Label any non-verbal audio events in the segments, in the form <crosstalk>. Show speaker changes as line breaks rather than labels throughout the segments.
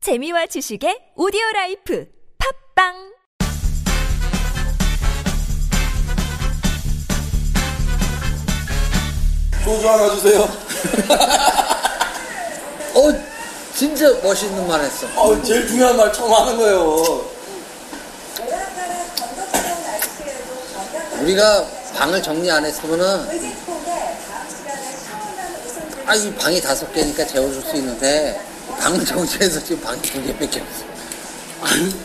재미와 지식의 오디오 라이프 팝빵
소주 하나 주세요.
어, 진짜 멋있는 말 했어.
어, 제일 중요한 말 처음 하는 거예요.
우리가 방을 정리 안 했으면은, 아, 이 방이 다섯 개니까 재워줄 수 있는데, 방을 정리해서 지금 방이 두 개밖에 없어.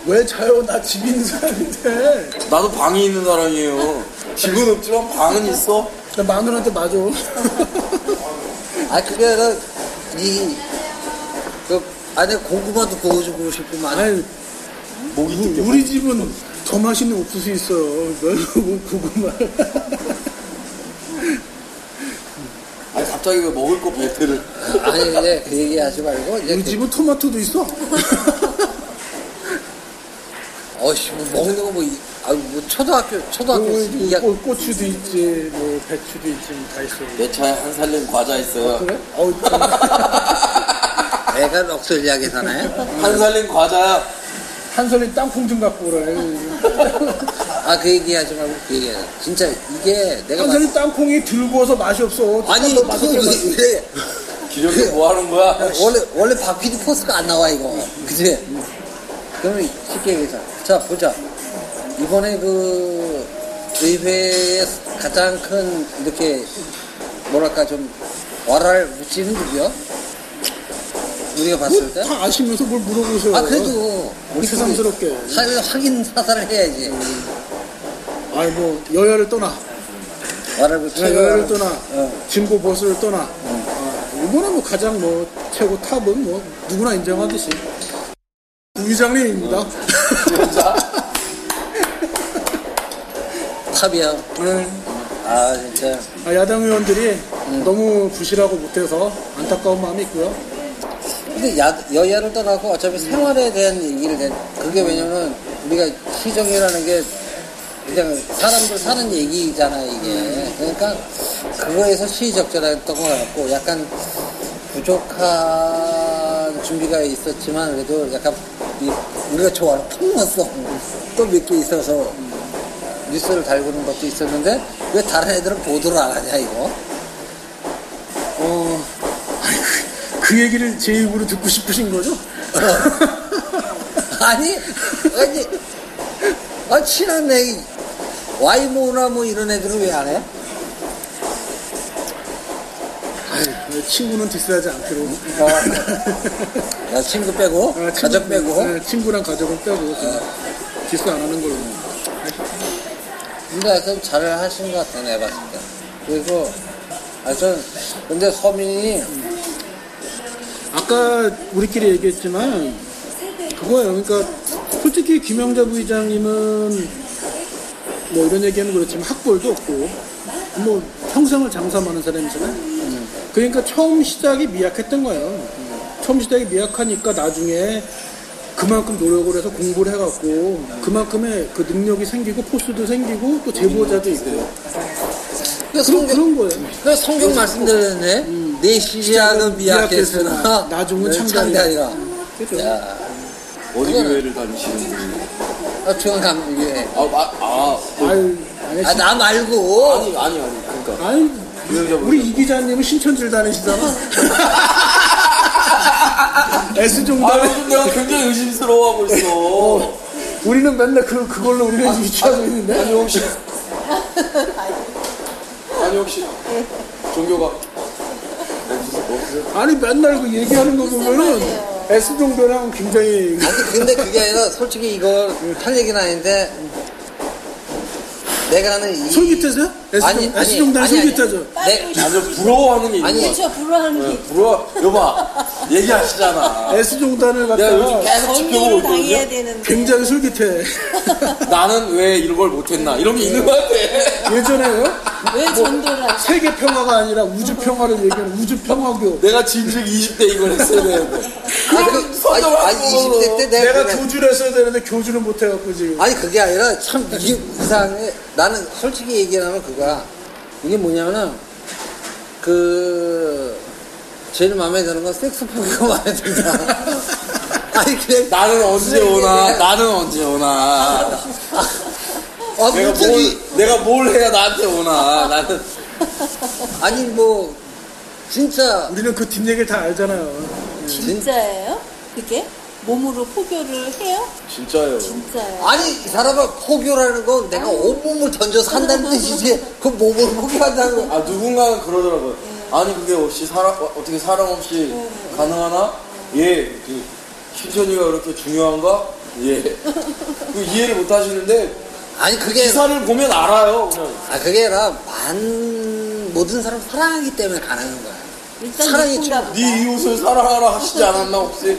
왜 자요? 나 집 있는 사람인데.
나도 방이 있는 사람이에요. 집은 없지만 방은 있어.
나 마누라한테 맞아.
아, 그게, 그, 이, 그, 안에 고구마도 구워주고 싶구만.
아니,
목이 뚫려.
우리 집은 더 맛있는 옥수수 있어요. 너무
네.
고구마.
아니, 갑자기 왜 먹을 거 배틀을.
아니, 이제 그 얘기 하지 말고, 이제,
우리
그,
집은 토마토도 있어.
어씨, 뭐 먹는 거 뭐, 이- 아유, 뭐, 초등학교, 초등학교
뭐, 그리고
2학년.
꽃- 고추도 있지, 뭐 배추도 있지, 다 있어.
내 차에 한 살림 과자 있어요.
그래? 어우,
애가 럭셔리 하게 사나요?
한 살림 과자야.
한솔이 땅콩 좀 갖고 오라.
아, 그 얘기 하지 말고, 그 얘기 하자. 진짜, 이게 내가.
한솔이 땅콩이 들고서 맛이 없어.
봤- 아니,
너 맛없게
그,
만들어.
왜,
기력이 뭐 하는 거야?
원래 원래 바퀴도 포스가 안 나와 이거 그지? 그러면 쉽게 얘기하자 자 보자 이번에 그 의회의 가장 큰 이렇게 뭐랄까 좀 와랄 묻지는 누구야? 우리가 봤을 때?
다 아시면서 뭘 물어보세요.
아 그래도 우리
새삼스럽게.
사, 확인 사살을 해야지
아니, 뭐, 여야를 떠나.
와랄 묻지
그냥 여야를 떠나
어.
진보 보수를 떠나 아, 이번에 뭐 가장 뭐 최고 탑은 뭐 누구나 인정하듯이
어.
부의장님입니다
탑이야
네.
아 진짜
아, 야당 의원들이
네.
너무 부실하고 못해서 안타까운 마음이 있고요
근데 야, 여야를 떠나고 어차피 생활에 대한 얘기를 해. 그게 왜냐면 우리가 시정이라는 게 그냥 사람들 사는 얘기잖아 이게. 그러니까 그거에서 시의적절했던 것 같고 약간 부족한 준비가 있었지만 그래도 약간 이, 우리가 좋아하는 폭로서 또 몇 개 있어서 뉴스를 달구는 것도 있었는데 왜 다른 애들은 보도를 안 하냐 이거.
어, 아니, 그, 그 얘기를 제 입으로 듣고
<laughs>
싶으신 거죠?
아니, 아니, 아, 친한 애, 와이모나 뭐 이런 애들은 왜 안 해?
아유, 그 친구는 디스하지 않기로
야, 친구 빼고,
<laughs> 아, 친구-
아. 가족 빼고. 어.
네, 친구랑 가족은 빼고 그냥 디스 안 하는 걸로
근데 하여튼 잘 하신 것 같아, 내가 봤을 때. 그리고, 하여튼, 근데 서민이,
음. 아까 우리끼리 얘기했지만 그거예요. 그러니까 솔직히 김영자 부의장님은 뭐 이런 얘기하면 그렇지만 학벌도 없고 뭐 평생을 장사하는 사람이잖아요. 그러니까 처음 시작이 미약했던 거예요. 처음 시작이 미약하니까 나중에 그만큼 노력을 해서 공부를 해갖고 그만큼의 그 능력이 생기고 포스도 생기고 또 제보자도 있고
그
그런
성경,
그런 거예요.
그 성경 말씀드렸네. 내 시작은 미약했으나,
음.
네,
나중은
창대하리라.
창대하리라. 그죠?
야,
어디 교회를 다니시는 분이에요?
아, 중앙 감독이
아, 마- 아,
아유, 아니,
아, 나 말고.
아니, 아니, 아니. 그러니까.
아유,
유영자
우리 이 기자님은 신천지를 다니시잖아. <laughs> S
아,
종단에
요즘 내가 굉장히 의심스러워하고 있어.
우리는 맨날 그 그걸로
아,
우리는 유치하고
<laughs>
있는데.
아니, 혹시. 아니, 혹시. 종교가. <laughs> 없으세요? 없으세요?
아니 맨날 그 얘기하는 거 보면은 S 종단랑 굉장히
아니 근데 그게 아니라 솔직히 이거
네.
할 얘기는 아닌데 내가 하는 이
솔깃해서요? S
아니,
종
아니,
S 종단
아니, 아니.
솔깃하죠.
내
아주 부러워하는 게 있는
아니,
거 같아.
그렇죠 불안한
네.
게
부러워. 여봐. 얘기하시잖아.
S 종단을
야, 요즘
갖다가
계속 지켜보고
정리를 당해야
있거든요.
되는데
<laughs>
굉장히 솔깃해.
나는 왜 이런 걸 못했나. 이런 게 있는 것 같아.
예전에요? 뭐
왜 전도를 하지?
세계 평화가 아니라 우주 평화를 얘기하는 우주 평화교.
내가 진즉 20대 이걸 했어야 되는데.
아니, 그, 아니, 아니 20대 때 내가,
내가
그래.
교주를 했어야 되는데 교주는 못해갖고 지금.
아니 그게 아니라 참 이게 이상해 나는 솔직히 얘기하면 그거야 이게 뭐냐면은
<laughs>
그 제일 마음에 드는 건 섹스폰이 마음에 든다 아니 그래
나는 언제 오나? 나는 언제 오나?
아
내가
갑자기
뭘 내가 뭘 해야 나한테 오나? 나는
아니 뭐 진짜
우리는 그 뒷 얘기를 다 알잖아요.
진짜예요? 그게? 몸으로 포교를 해요?
진짜요.
진짜요?
아니 이 사람은 포교라는 건 내가 온몸을 던져서 한다는 뜻이지 그 몸을 포교한다는 거
아 누군가는 그러더라고요. 아니 그게 없이 사람 어, 어떻게 사람 없이 가능하나? 예. 그 신천이가 그렇게 중요한가? 예. 그 이해를 못 하시는데
아니 그게
기사를 보면 알아요. 그냥.
아 그게 아니라 만 모든 사람 사랑하기 때문에 가능한 거야
일단
사랑이
예쁜가
좀-
보다.
네 이웃을 사랑하라 하시지 않았나 혹시?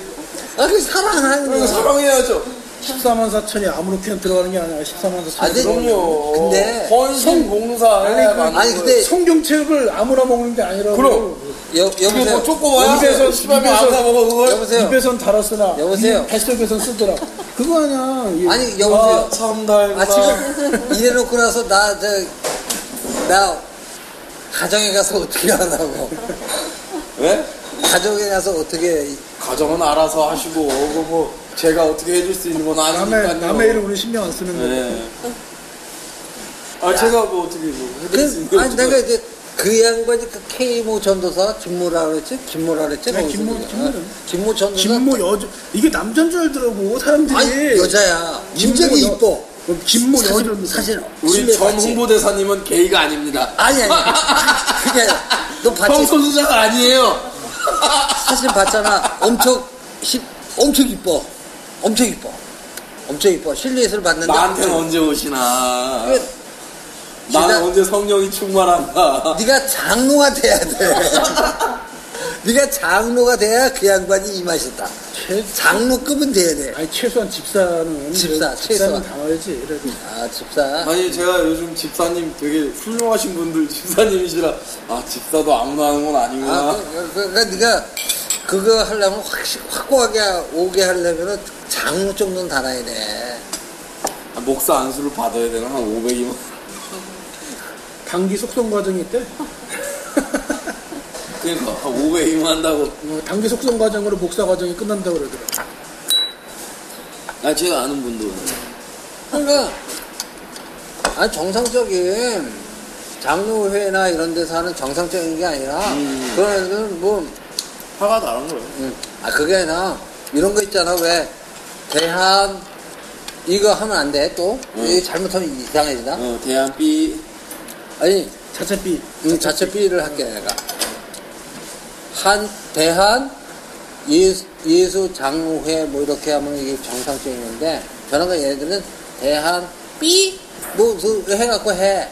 아그 사랑하는
그러니까
거야
사랑해야죠.
14만 4천이 아무렇게나 들어가는 게 아니라 14만 4천.
아니, 네.
그럼요.
근데
헌신 봉사 해야 맞는
아니,
거예요.
근데
성경책을 아무나 먹는 게 아니라고.
그럼.
여,
이게
여보세요
뭐 초코바야?
여기서-
시발면
여기서-
안 사먹어 그걸?
여보세요?
입에선 달았으나
여보세요?
이 뱃속에선 쓰더라. 그거 아니야. 이-
아니 여보세요
아, 참 달다.
아 지금 이래놓고 나서 나 저 나 가정에 가서 어떻게 하라고
왜?
가정에 가서 어떻게 이-
예? 가정은 알아서 하시고 그거 뭐 제가 어떻게 해줄 수 있는 건 아니니까요.
남의 남의 일을 우리 신경 안 쓰는 거야.
네. 아 제가 뭐 어떻게 뭐 해드릴 수
그,
있는 건
아니
없지만.
내가 이제 그 양반이 그 K모 전도사 김모라 그랬지 김모라 그랬지
네,
거기서
김모,
그냥.
김모는.
김모 전도사
김모 여자 이게 남자인 줄 알더라고 사람들이.
아니 여자야 임재도
김모 여-
이뻐
어, 김모
사실-
여자
사실
우리 전
봤지?
홍보대사님은 게이가 아닙니다.
아니 아니 그게 아니라 너 봤지
성소수자가 아니에요.
사진 봤잖아 엄청 시, 엄청 이뻐 엄청 이뻐 엄청 이뻐 실루엣을
<laughs>
봤는데
나한테는 언제 오시나.
그게
나는
지난-
언제 성령이 충만한가.
네가 장로가 돼야 <laughs> 돼. 네가 장로가 돼야 그 양반이 이 맛이다.
최,
장로급은 돼야 돼.
아니 최소한 집사는
집사,
집사는
최소한.
당하지. 그래도
아 집사.
아니 제가 요즘 집사님 되게 훌륭하신 분들 집사님이시라 아 집사도 아무나 하는 건 아니구나.
아, 그, 그, 그러니까 네가 그거 하려면 확, 확고하게 오게 하려면은 장로 정도는 달아야 돼.
아, 목사 안수를 받아야 되나 한 500이면.
단기 속성
<laughs>
과정이 있대.
그러니까 한 500이면 한다고.
어, 단기 속성 과정으로 복사 과정이 끝난다 고 그러더라.
아 제가 아는 분도.
그러니까 아니 정상적인 장로회나 이런 데서 하는 정상적인 게 아니라 그런 애들은 뭐
화가 나는 거예요.
응. 아 그게 아니라 이런 거 있잖아 왜 대한 이거 하면 안 돼 또 이거 잘못하면 이상해지나
어, 대한 B
아니
자체 B.
이 자체 B를 할게 내가 한 대한 예수, 예수 장로회 뭐 이렇게 하면 이게 정상적인 건데 저런 거 얘네들은 대한 B 뭐그 해갖고 해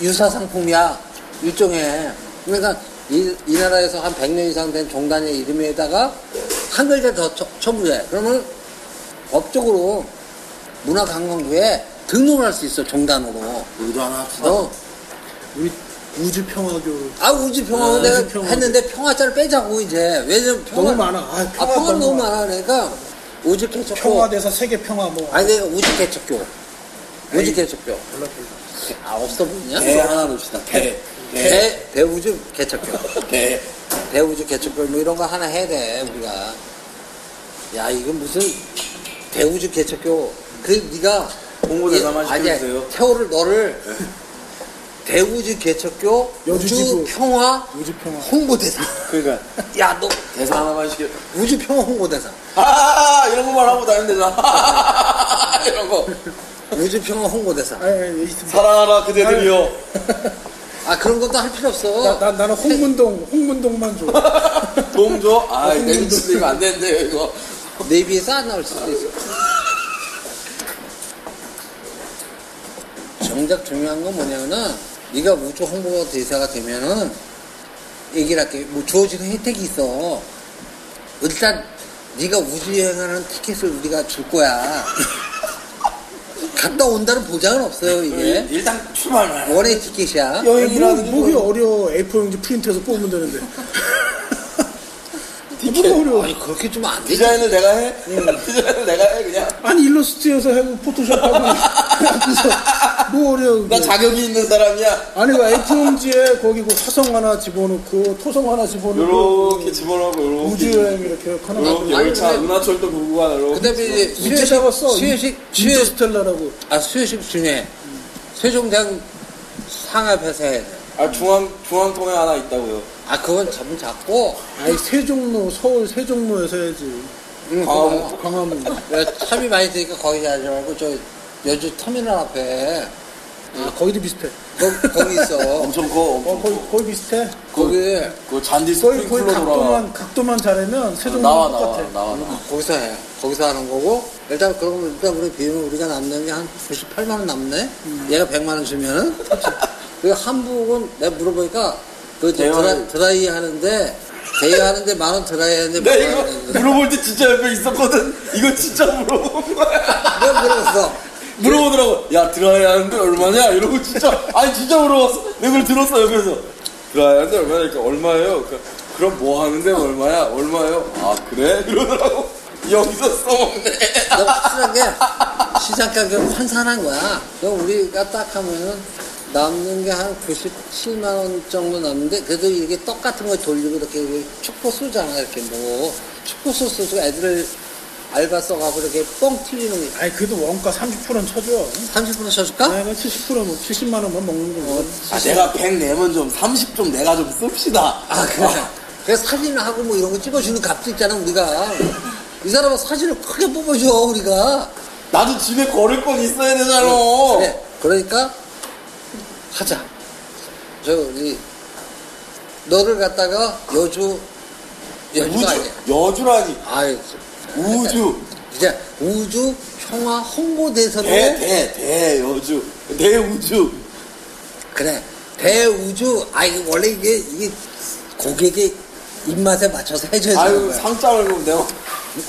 유사 상품이야 일종의 그러니까 이, 이 나라에서 한 100년 이상 된 종단의 이름에다가 한 글자 더 첨- 첨부해 그러면 법적으로 문화관광부에 등록을 할 수 있어 종단으로
우리도 하나 합시다.
어.
우리 우주 평화교
아 우주 평화는
아,
내가
우주 평화.
했는데 평화자를 빼자고 이제 왜냐면 평화
너무 많아. 아,
아
평화가
평화 너무
너무
많아 그러니까 우주 개척교
평화돼서 세계 평화 뭐.
아니 내가 우주 개척교 우주
에이.
개척교
몰라, 몰라.
아 없어 보이냐
대 하나 넣읍시다. 대. 대.
대 대우주 개척교 <laughs>
대.
대우주 개척교 뭐 이런 거 하나 해야 돼 우리가 야 이건 무슨 대우주 개척교 그 네가
홍보대사만
예, 아니야.
시켜주세요.
태호를 너를 대우주 개척교 우주
여주지구.
평화
우주 평화.
홍보대사
그러니까
야 너
대사 하나만 시켜.
우주 평화 홍보대사
아 이런 거만 하고 다니면 되잖아. <laughs> 이런 거.
우주 평화 홍보대사.
아니, 아니, 이-
사랑하라 그대들이여.
아 그런 것도 할 필요
나,
없어.
나, 나는 홍문동, 홍문동만 줘.
도움 줘. 아 내비치도 이거 안 되는데 이거.
네비에서 안 나올 수도 있어. 정작 중요한 건 뭐냐면은 네가 우주 홍보 대사가 되면은 얘기를 할게. 뭐 주어지는 혜택이 있어. 일단 네가 우주 여행하는 티켓을 우리가 줄 거야. <laughs> 갔다 온다는 보장은 없어요 이게.
일- 일단 출발만.
원의 티켓이야.
뭐,
여행이라는
<laughs>
목이 어려워. A4용지 프린트해서 뽑으면 되는데. 이쁘게 어려워.
아니 그렇게 좀 안 되지.
디자인을 내가 해? <laughs> 디자인을 내가 해 그냥?
아니 일러스트에서 하고 포토샵하고 그래서 뭐 어려워.
나
그게.
자격이 있는 사람이야
아니 그 에이트홈즈에 거기 그 화성 하나 집어넣고 토성 하나 집어넣고
요렇게 집어넣고 요렇게
음. 우주여행 이렇게 하나
요렇게
아니,
열차
근데-
은하철도 구구간 요렇게
그다음에 이제
밑에
수요식
잡았어
수요식 수요식
인터스텔라라고
아 수요식 중에 세종대왕 상업회사 해야 돼.
아 중앙 중앙통에 하나 있다고요
아 그건 잡은 잡고
아니 세종로 서울 세종로에서 해야지
응,
광화문.
광화문
그거 탑이 어, 많이 드니까 거기 가지 말고 저 여주 터미널 앞에
아, 거기도 비슷해
거,
<laughs>
거기 있어.
엄청 커
어
엄청 커
거의 거의 비슷해
거기
그 잔디
거의
스프링클로
거의
돌아와
각도만 각도만 잘하면 세종로
나와
똑같아
나와 나와 나와
거기서 해. 거기서 하는 거고 일단 그러면 일단 우리 비용 우리가 남는 게 한 98만 원 남네. 얘가 100만 원 주면은. 그 한복은 내가 물어보니까 그
대여를-
드라, 드라이 하는데 대여 하는데 만 원 드라이 하는데
내가
만원
네, 이거 물어볼 때 진짜 옆에 있었거든 이거 진짜 물어본 거야 <laughs>
내가 물어봤어.
물어보더라고 야 드라이 하는데 얼마냐 이러고 진짜 아니 진짜 물어봤어 내가 그걸 들었어 옆에서 드라이 하는데 얼마니까 얼마예요 그러니까, 그럼 뭐 하는데 얼마야 얼마예요 아 그래 이러더라고 여기서 써먹네
너무 확실하게 시장 가격 환산한 거야. 그럼 우리가 딱 하면은 남는 게 한 97만 원 정도 남는데 그래도 이게 떡 같은 거 돌리고 이렇게 이게 축포 쏘잖아 이렇게 뭐 축포 쏘고 애들 알바 써가고 이렇게 뻥 튀기는 거
아니 그래도 원가 30%는 쳐줘
어?
30% 쳐줄까?
아니 70%뭐 70만 원만 먹는 거
아, 내가 100 내면 좀 30 좀 내가 좀 씁시다
아 그래.
어.
그래서 사진을 하고 뭐 이런 거 찍어주는 값도 있잖아 우리가. 이 사람은 사진을 크게 뽑아줘 우리가.
나도 집에 걸을 건 있어야 되잖아
그래. 그러니까 하자. 저 우리 너를 갖다가 여주
우주
여주가 아니야.
여주라니
아유
우주
이제 우주 평화 홍보대사로
대 대 대 여주 대 우주
그래 대우주 아 이거 원래 이게 이게 고객의 입맛에 맞춰서 해줘야 되는
아유
거야.
상장을 보면 내가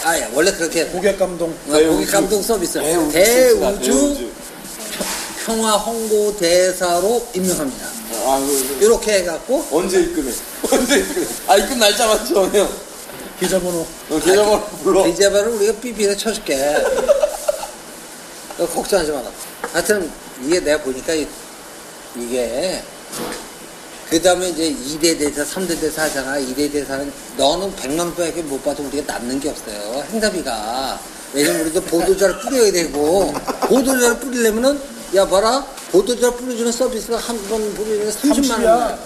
아 야, 원래 그렇게 해.
고객 감동
어, 고객
대우주.
감동 서비스
대우주
대우주,
대우주.
평화 홍보대사로 임명합니다.
어, 아유
이렇게 해갖고
언제 입금해 <laughs> 언제 입금해 아 입금 날짜 맞지 정해요
계좌번호
아,
너 계좌번호
그,
불러
이제발은 우리가 삐삐를 쳐줄게. 너 걱정하지 마라. 하여튼 이게 내가 보니까 이- 이게 그 다음에 이제 2대 대사, 3대 대사 하잖아. 2대 대사는 너는 100만 원밖에 못 받아 우리가 남는 게 없어요. 행사비가. 왜냐면 우리도 보도자를 뿌려야 되고 보도자를 뿌리려면은 야 봐라 보도자를 뿌려주는 서비스가 한 번 뿌리면 30만 원이야.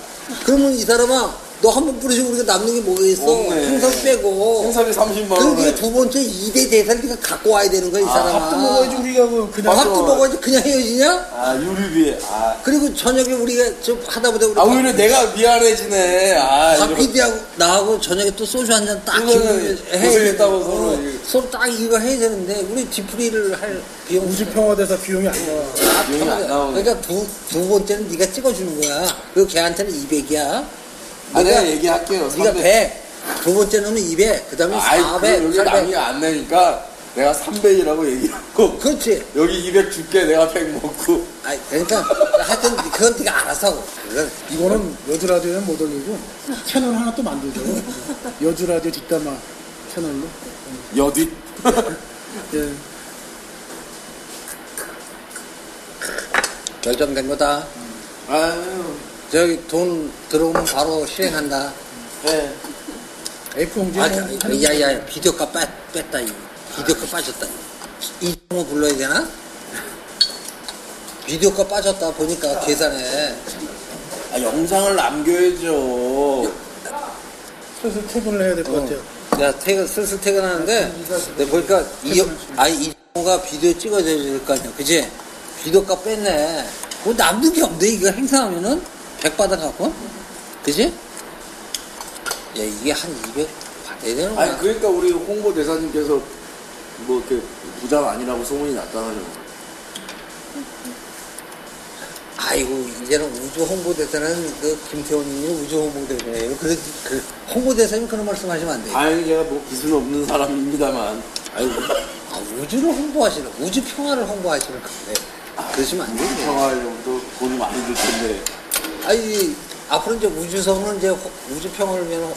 그러면 이 사람아 너 한 번 뿌리시고 우리가 남는 게 뭐가 있어?
없네.
행사비 빼고.
행사비 30만
그리고
원에
이게 두 번째 2대 대사를 네가 갖고 와야 되는 거야 이 사람아
밥도 먹어야지 우리가 그 그냥
밥도 먹어야지 그냥 헤어지냐?
아 유류비에 아,
그리고 저녁에 우리가 좀 하다 보다 우리
아 오히려 내가 미안해지네 아
박
이런
PD하고 나하고 저녁에 또 소주 한 잔 딱
이거는 고생했다고 서로 이게.
어, 서로 딱 이거 해야 되는데 우리 뒤풀이를 할 비용
우주 평화대사 비용이 안 나와
비용이 안 나오네
그러니까 두, 두 번째는 네가 찍어주는 거야 그리고 걔한테는 200이야
아 내가 얘기할게요
그, 네가
300.
100, 두 번째는 200, 그 다음에
아이 그럼
400,
여기
400.
남이 안 내니까 내가 300이라고 얘기하고 <laughs>
그렇지.
여기 200 줄게 내가 100 먹고
아 그러니까 하여튼 그건 네가 알아서 하고. 그건
이거는 여주 라디오는 못 올리고 채널 하나 또 만들죠. 여주 라디오 뒷담화 채널로.
<laughs> 여뒷
예.
결정된 거다.
아유
저기 돈 들어오면 바로 실행한다.
예
F 공지.
아,
그,
야야 비디오값 빠, 뺐다 이. 비디오값 빠졌다. 이정호 불러야 되나? 비디오값 빠졌다 보니까 계산해.
아, 영상을 남겨야죠
슬슬 퇴근을 해야
어.
될 것 같아요.
야 퇴근 슬슬 퇴근하는데 내가 보니까 이 아니 이정호가 비디오 찍어줘야 될 거 아니야, 그지? 비디오값 뺐네. 뭐 남는 게 없네 이거 행사하면은 100 받아갖고, 그지? 야 이게 한 200 받아야 되는 거야.
아니 그러니까 우리 홍보 대사님께서 뭐 이렇게 부장 아니라고 소문이 났다는 거예요.
아이고 이제는 우주 홍보대사는 그 김태원님이 우주 홍보대사예요. 그래 그 홍보대사님 그런 말씀하시면 안 돼요.
다행히 제가 뭐 기술은 없는 사람입니다만
아이고 아, 우주를 홍보하시는 우주 평화를 홍보하시는 건데 그러시면 안 아, 되죠.
평화하려면 또 돈이 많이 들 텐데
아니 앞으로 이제 우주선은 이제 호- 우주 평화를 위한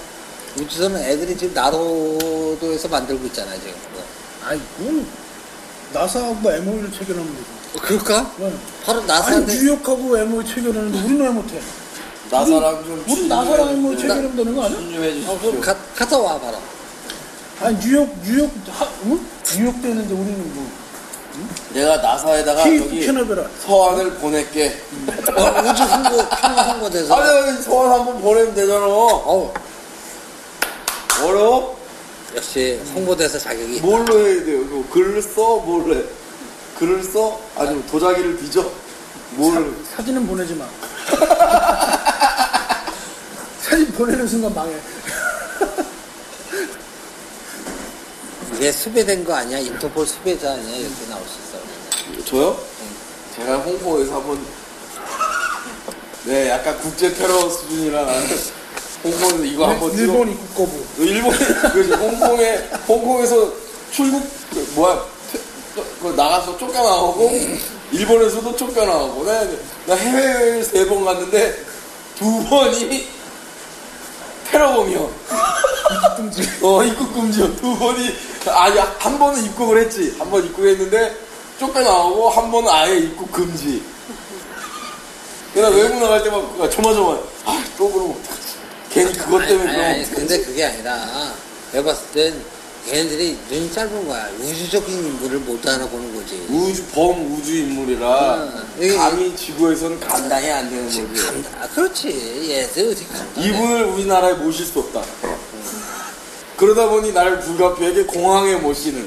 우주선 애들이 지금 나로도에서 만들고 있잖아요 지금.
아니 그건 나사하고 MOU를 체결하면 되죠.
어, 그럴까?
네.
바로
아니
나사한테
뉴욕하고 MOU 체결하는데 우리는 왜 못해?
나사랑 좀
우리 나사랑 MOU
좀
체결하면 되는 거 아니야?
해
어, 그럼
주십시오.
가, 갔다 와 봐라.
아니 뉴욕 뉴욕 하, 응? 뉴욕 되는데 우리는 뭐
내가 나사에다가
케이크
저기
캐나베라
서한을 보낼게.
어, 우주 선거 선거돼서.
아니 아니 서한 한번 보내면 되잖아.
어우
어려워?
역시 홍보대사 자격이
뭘로 해야 돼요? 이거 글을 써? 뭘 해? 글을 써? 아니면 도자기를 뒤져? 뭘?
사진은 보내지 마. 사진 보내는 순간 망해.
이게 수배된 거 아니야 인터폴 수배자 아니야 이렇게 나올 수 있어
저요? 네, 제가 홍보에서 한번 네 약간 국제 테러 수준이라 홍보에서 이거 한번 찍어
네, 일본 입국 거부.
일본 <laughs> 그지 홍콩에 홍콩에서 출국 그 뭐야 퇴- 그 나가서 쫓겨나오고 일본에서도 쫓겨나오고 나, 나 해외여행 세 번 갔는데 두 번이 테러범이요. 어 입국 금지요. 두 번이 아니 한 번은 입국을 했지 한 번 입국했는데 쫓겨나오고 한 번은 아예 입국 금지. 그냥 외국 나갈 때막 조마조마. 아또 그러면 어떡하지. 괜히 그것 때문에
아니, 아니,
그러면
근데 그게 아니라 내가 봤을 땐 걔네들이 눈이 짧은 거야 우주적인 인물을 못 알아보는 거지
우주 범 우주 인물이라
음, 이게-
감히 지구에선 감당이 안 되는 거지.
간- 아, 그렇지 얘들 어떻게 간단해.
이분을 우리나라에 모실 수 없다. 그러다 보니 나를 불가피하게 공항에 모시는.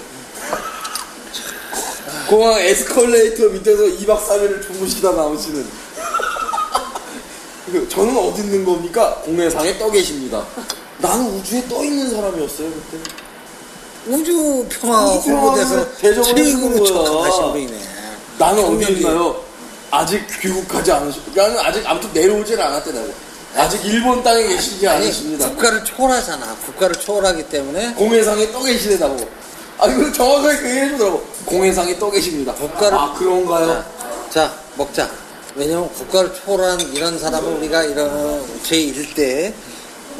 공항 에스컬레이터 밑에서 2박 3일을 주무시다 나오시는. 그, 저는 어디 있는 겁니까? 공해상에 떠 계십니다. 나는 우주에 떠 있는 사람이었어요, 그때.
우주 평화
우주 평화를
홍보대사
대접을 해주는
최고로
거야.
척하신 분이네
나는 어디
청년이.
있나요? 아직 귀국하지 않으셨, 나는 아직 아무튼 내려오질 않았대요. 아직 일본 땅에 계시지
아니
않으십니다.
국가를 초월하잖아 국가를 초월하기 때문에
공해상에 떠 계시다고. 아, 이거 정확하게 그 얘기해주더라고. 공해상에 떠 계십니다.
국가를- 네.
아, 그런가요?
자 먹자 왜냐면 국가를 초월한 이런 사람을 우리가 이런 제1대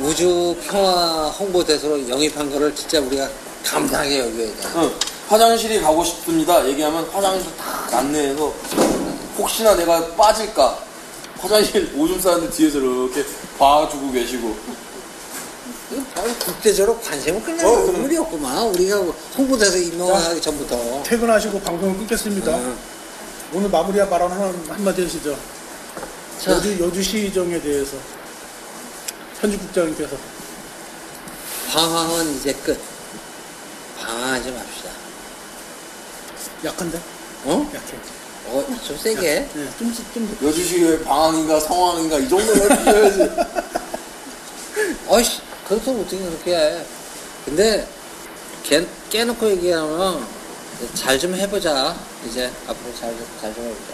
우주 평화 홍보대사로 영입한 거를 진짜 우리가 감사하게 여겨야 돼
응. 화장실이 가고 싶습니다. 얘기하면 화장실 다 안내해서 혹시나 내가 빠질까. 화장실 오줌 싸는데 뒤에서 이렇게 봐주고 계시고.
이거 바로 국제적으로 관심을 끌는
어, 그럼.
인물이 없구만 우리가 홍보대사 임명하기
어.
전부터 어.
퇴근하시고 방송을 끊겠습니다.
네.
오늘 마무리할 발언 한, 한마디 하시죠.
자.
여주, 여주 시정에 대해서 편집국장님께서
방황은 이제 끝 방황하지 맙시다
약한데?
어?
약해.
어, 좀 세게
네, 좀, 좀, 좀
여주시의 방황인가 성황인가 이 정도는 해주셔야지.
어이씨, 그것도 어떻게 그렇게 해. 근데, 걔, 깨놓고 얘기하면, 잘 좀 해보자. 이제, 앞으로 잘, 잘 좀 해보자.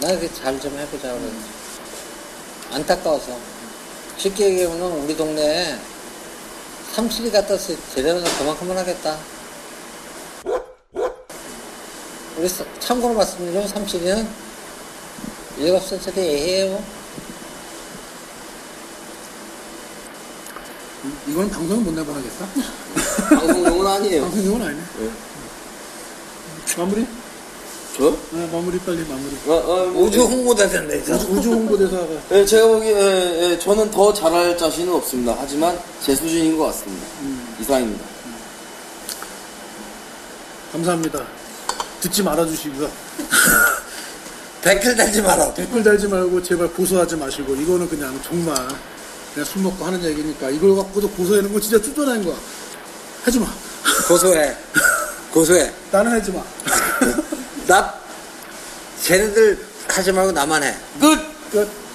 나 이렇게 잘 좀 해보자.
음.
그래. 안타까워서. 쉽게 얘기하면, 우리 동네에, 삼칠이 갖다 쓰, 재련을 그만큼은 하겠다. 우리 사- 참고로 말씀드리면, 삼칠이는, 일곱 센트리 애예요.
이건 방송을 못 내보내겠다.
방송용은
예.
아니에요.
방송용은 아니네. 마무리?
저요?
어?
네, 마무리 빨리 마무리.
예,
어, 어, 뭐,
우주 홍보다 된다, 이거.
우주, 우주 홍보대사가
예, 제가 보기에 예, 예, 저는 더 잘할 자신은 없습니다. 하지만 제 수준인 것 같습니다. 이상입니다.
감사합니다. 듣지 말아주시고요.
댓글 달지 마라.
댓글 달지 말고 제발 고소하지 마시고 이거는 그냥 정말 그냥 술 먹고 하는 얘기니까 이걸 갖고도 고소하는 거 진짜 쫓아낸 거야. 하지 마.
고소해. 고소해.
나는 하지 마. <laughs>
나, 쟤네들 하지 말고 나만 해.
끝!
끝.